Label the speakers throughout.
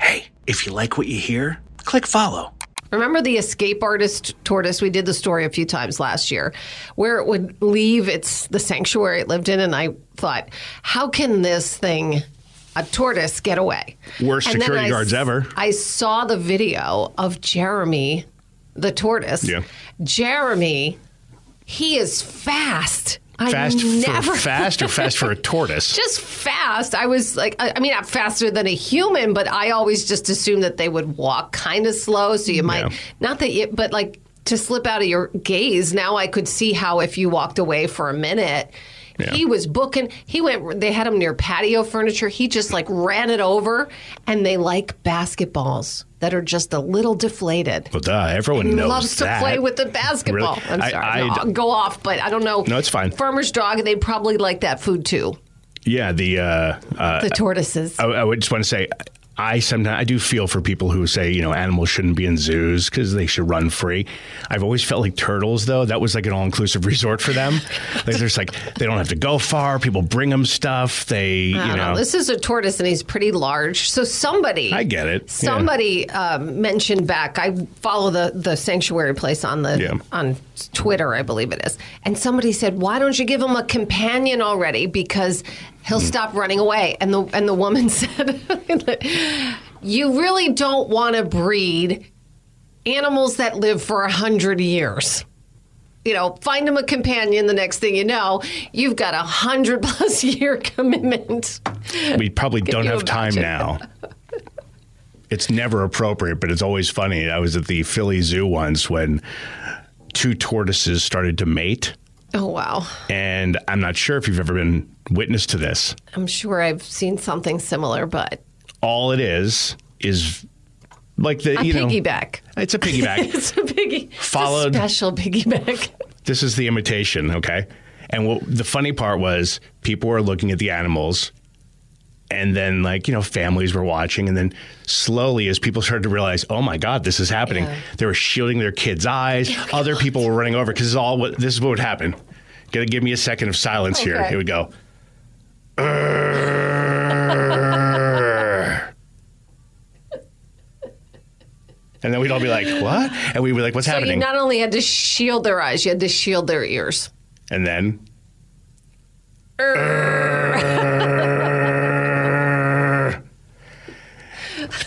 Speaker 1: Hey, if you like what you hear, click follow.
Speaker 2: Remember the escape artist tortoise? We did the story a few times last year where it would leave its the sanctuary it lived in and I thought, how can this thing a tortoise get away?
Speaker 3: Worst
Speaker 2: And then
Speaker 3: security
Speaker 2: I
Speaker 3: guards
Speaker 2: s-
Speaker 3: ever.
Speaker 2: I saw the video of Jeremy the tortoise.
Speaker 3: Yeah.
Speaker 2: Jeremy, he is fast.
Speaker 3: Fast
Speaker 2: I never
Speaker 3: for fast or fast for a tortoise?
Speaker 2: just fast. I was like, I, I mean, not faster than a human, but I always just assumed that they would walk kind of slow. So you might,
Speaker 3: Yeah.
Speaker 2: not that you, but like to slip out of your gaze. Now I could see how if you walked away for a minute,
Speaker 3: Yeah.
Speaker 2: he was booking. He went, they had him near patio furniture. He just like ran it over, and they like basketballs that are just a little deflated.
Speaker 3: well, duh, everyone knows
Speaker 2: Loves to
Speaker 3: that.
Speaker 2: play with the basketball.
Speaker 3: Oh, Really?
Speaker 2: I'm
Speaker 3: I-
Speaker 2: sorry, No,
Speaker 3: I'd-
Speaker 2: I'll go off, but I don't know.
Speaker 3: No, it's fine.
Speaker 2: Farmer's dog, they probably like that food too.
Speaker 3: Yeah, the uh, uh,
Speaker 2: The tortoises.
Speaker 3: I, I would just want to say. I sometimes I do feel for people who say you know animals shouldn't be in zoos because they should run free. I've always felt like turtles though that was like an all inclusive resort for them. like there's like they don't have to go far. People bring them stuff.
Speaker 2: I
Speaker 3: They you
Speaker 2: don't know.
Speaker 3: know
Speaker 2: This is a tortoise, and he's pretty large. So somebody,
Speaker 3: I get it. Yeah.
Speaker 2: Somebody um, mentioned back. I follow the the sanctuary place on the
Speaker 3: Yeah.
Speaker 2: on Twitter, I believe it is. And somebody said, "Why don't you give him a companion already? Because he'll
Speaker 3: Hmm.
Speaker 2: stop running away." And the and the woman said, "You really don't want to breed animals that live for a hundred years." you know, find him a companion. The next thing you know, you've got a hundred plus year commitment.
Speaker 3: we probably don't
Speaker 2: you
Speaker 3: have time
Speaker 2: imagine?
Speaker 3: now. It's never appropriate, but it's always funny. I was at the Philly Zoo once when two tortoises started to mate,
Speaker 2: Oh wow!
Speaker 3: and I'm not sure if you've ever been witness to this.
Speaker 2: I'm sure I've seen something similar, but
Speaker 3: All it is is like the
Speaker 2: a
Speaker 3: you know
Speaker 2: piggyback.
Speaker 3: it's a piggyback.
Speaker 2: It's a piggy. it's a
Speaker 3: Followed-
Speaker 2: special piggyback.
Speaker 3: this is the imitation, okay? And what, the funny part was people were looking at the animals and then like, you know, families were watching and then slowly as people started to realize, "Oh my god, this is happening."
Speaker 2: Yeah. Oh,
Speaker 3: They were shielding their kids' eyes. Other people were running over cuz all what this is what would happen. Got to give me a second of silence here.
Speaker 2: Oh, Okay.
Speaker 3: It would go. And then we'd all be like, "What?" And we'd be like, "What's
Speaker 2: So you
Speaker 3: happening?"
Speaker 2: not only had to shield their eyes, you had to shield their ears.
Speaker 3: and then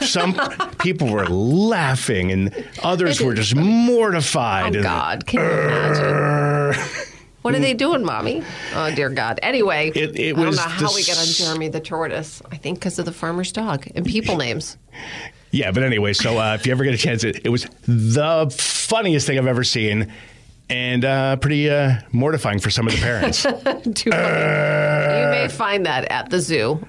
Speaker 3: some people were laughing and others were just mortified
Speaker 2: Oh
Speaker 3: and
Speaker 2: God! Can you imagine? What are they doing, mommy? Oh dear God! Anyway,
Speaker 3: Mm. It- it
Speaker 2: I don't
Speaker 3: was
Speaker 2: know how we
Speaker 3: this-
Speaker 2: got on Jeremy the tortoise. I think because of the farmer's dog and people names.
Speaker 3: yeah but anyway so uh, if you ever get a chance it, it was the funniest thing i've ever seen and uh, pretty uh, mortifying for some of the parents
Speaker 2: Too funny. you may find that at the zoo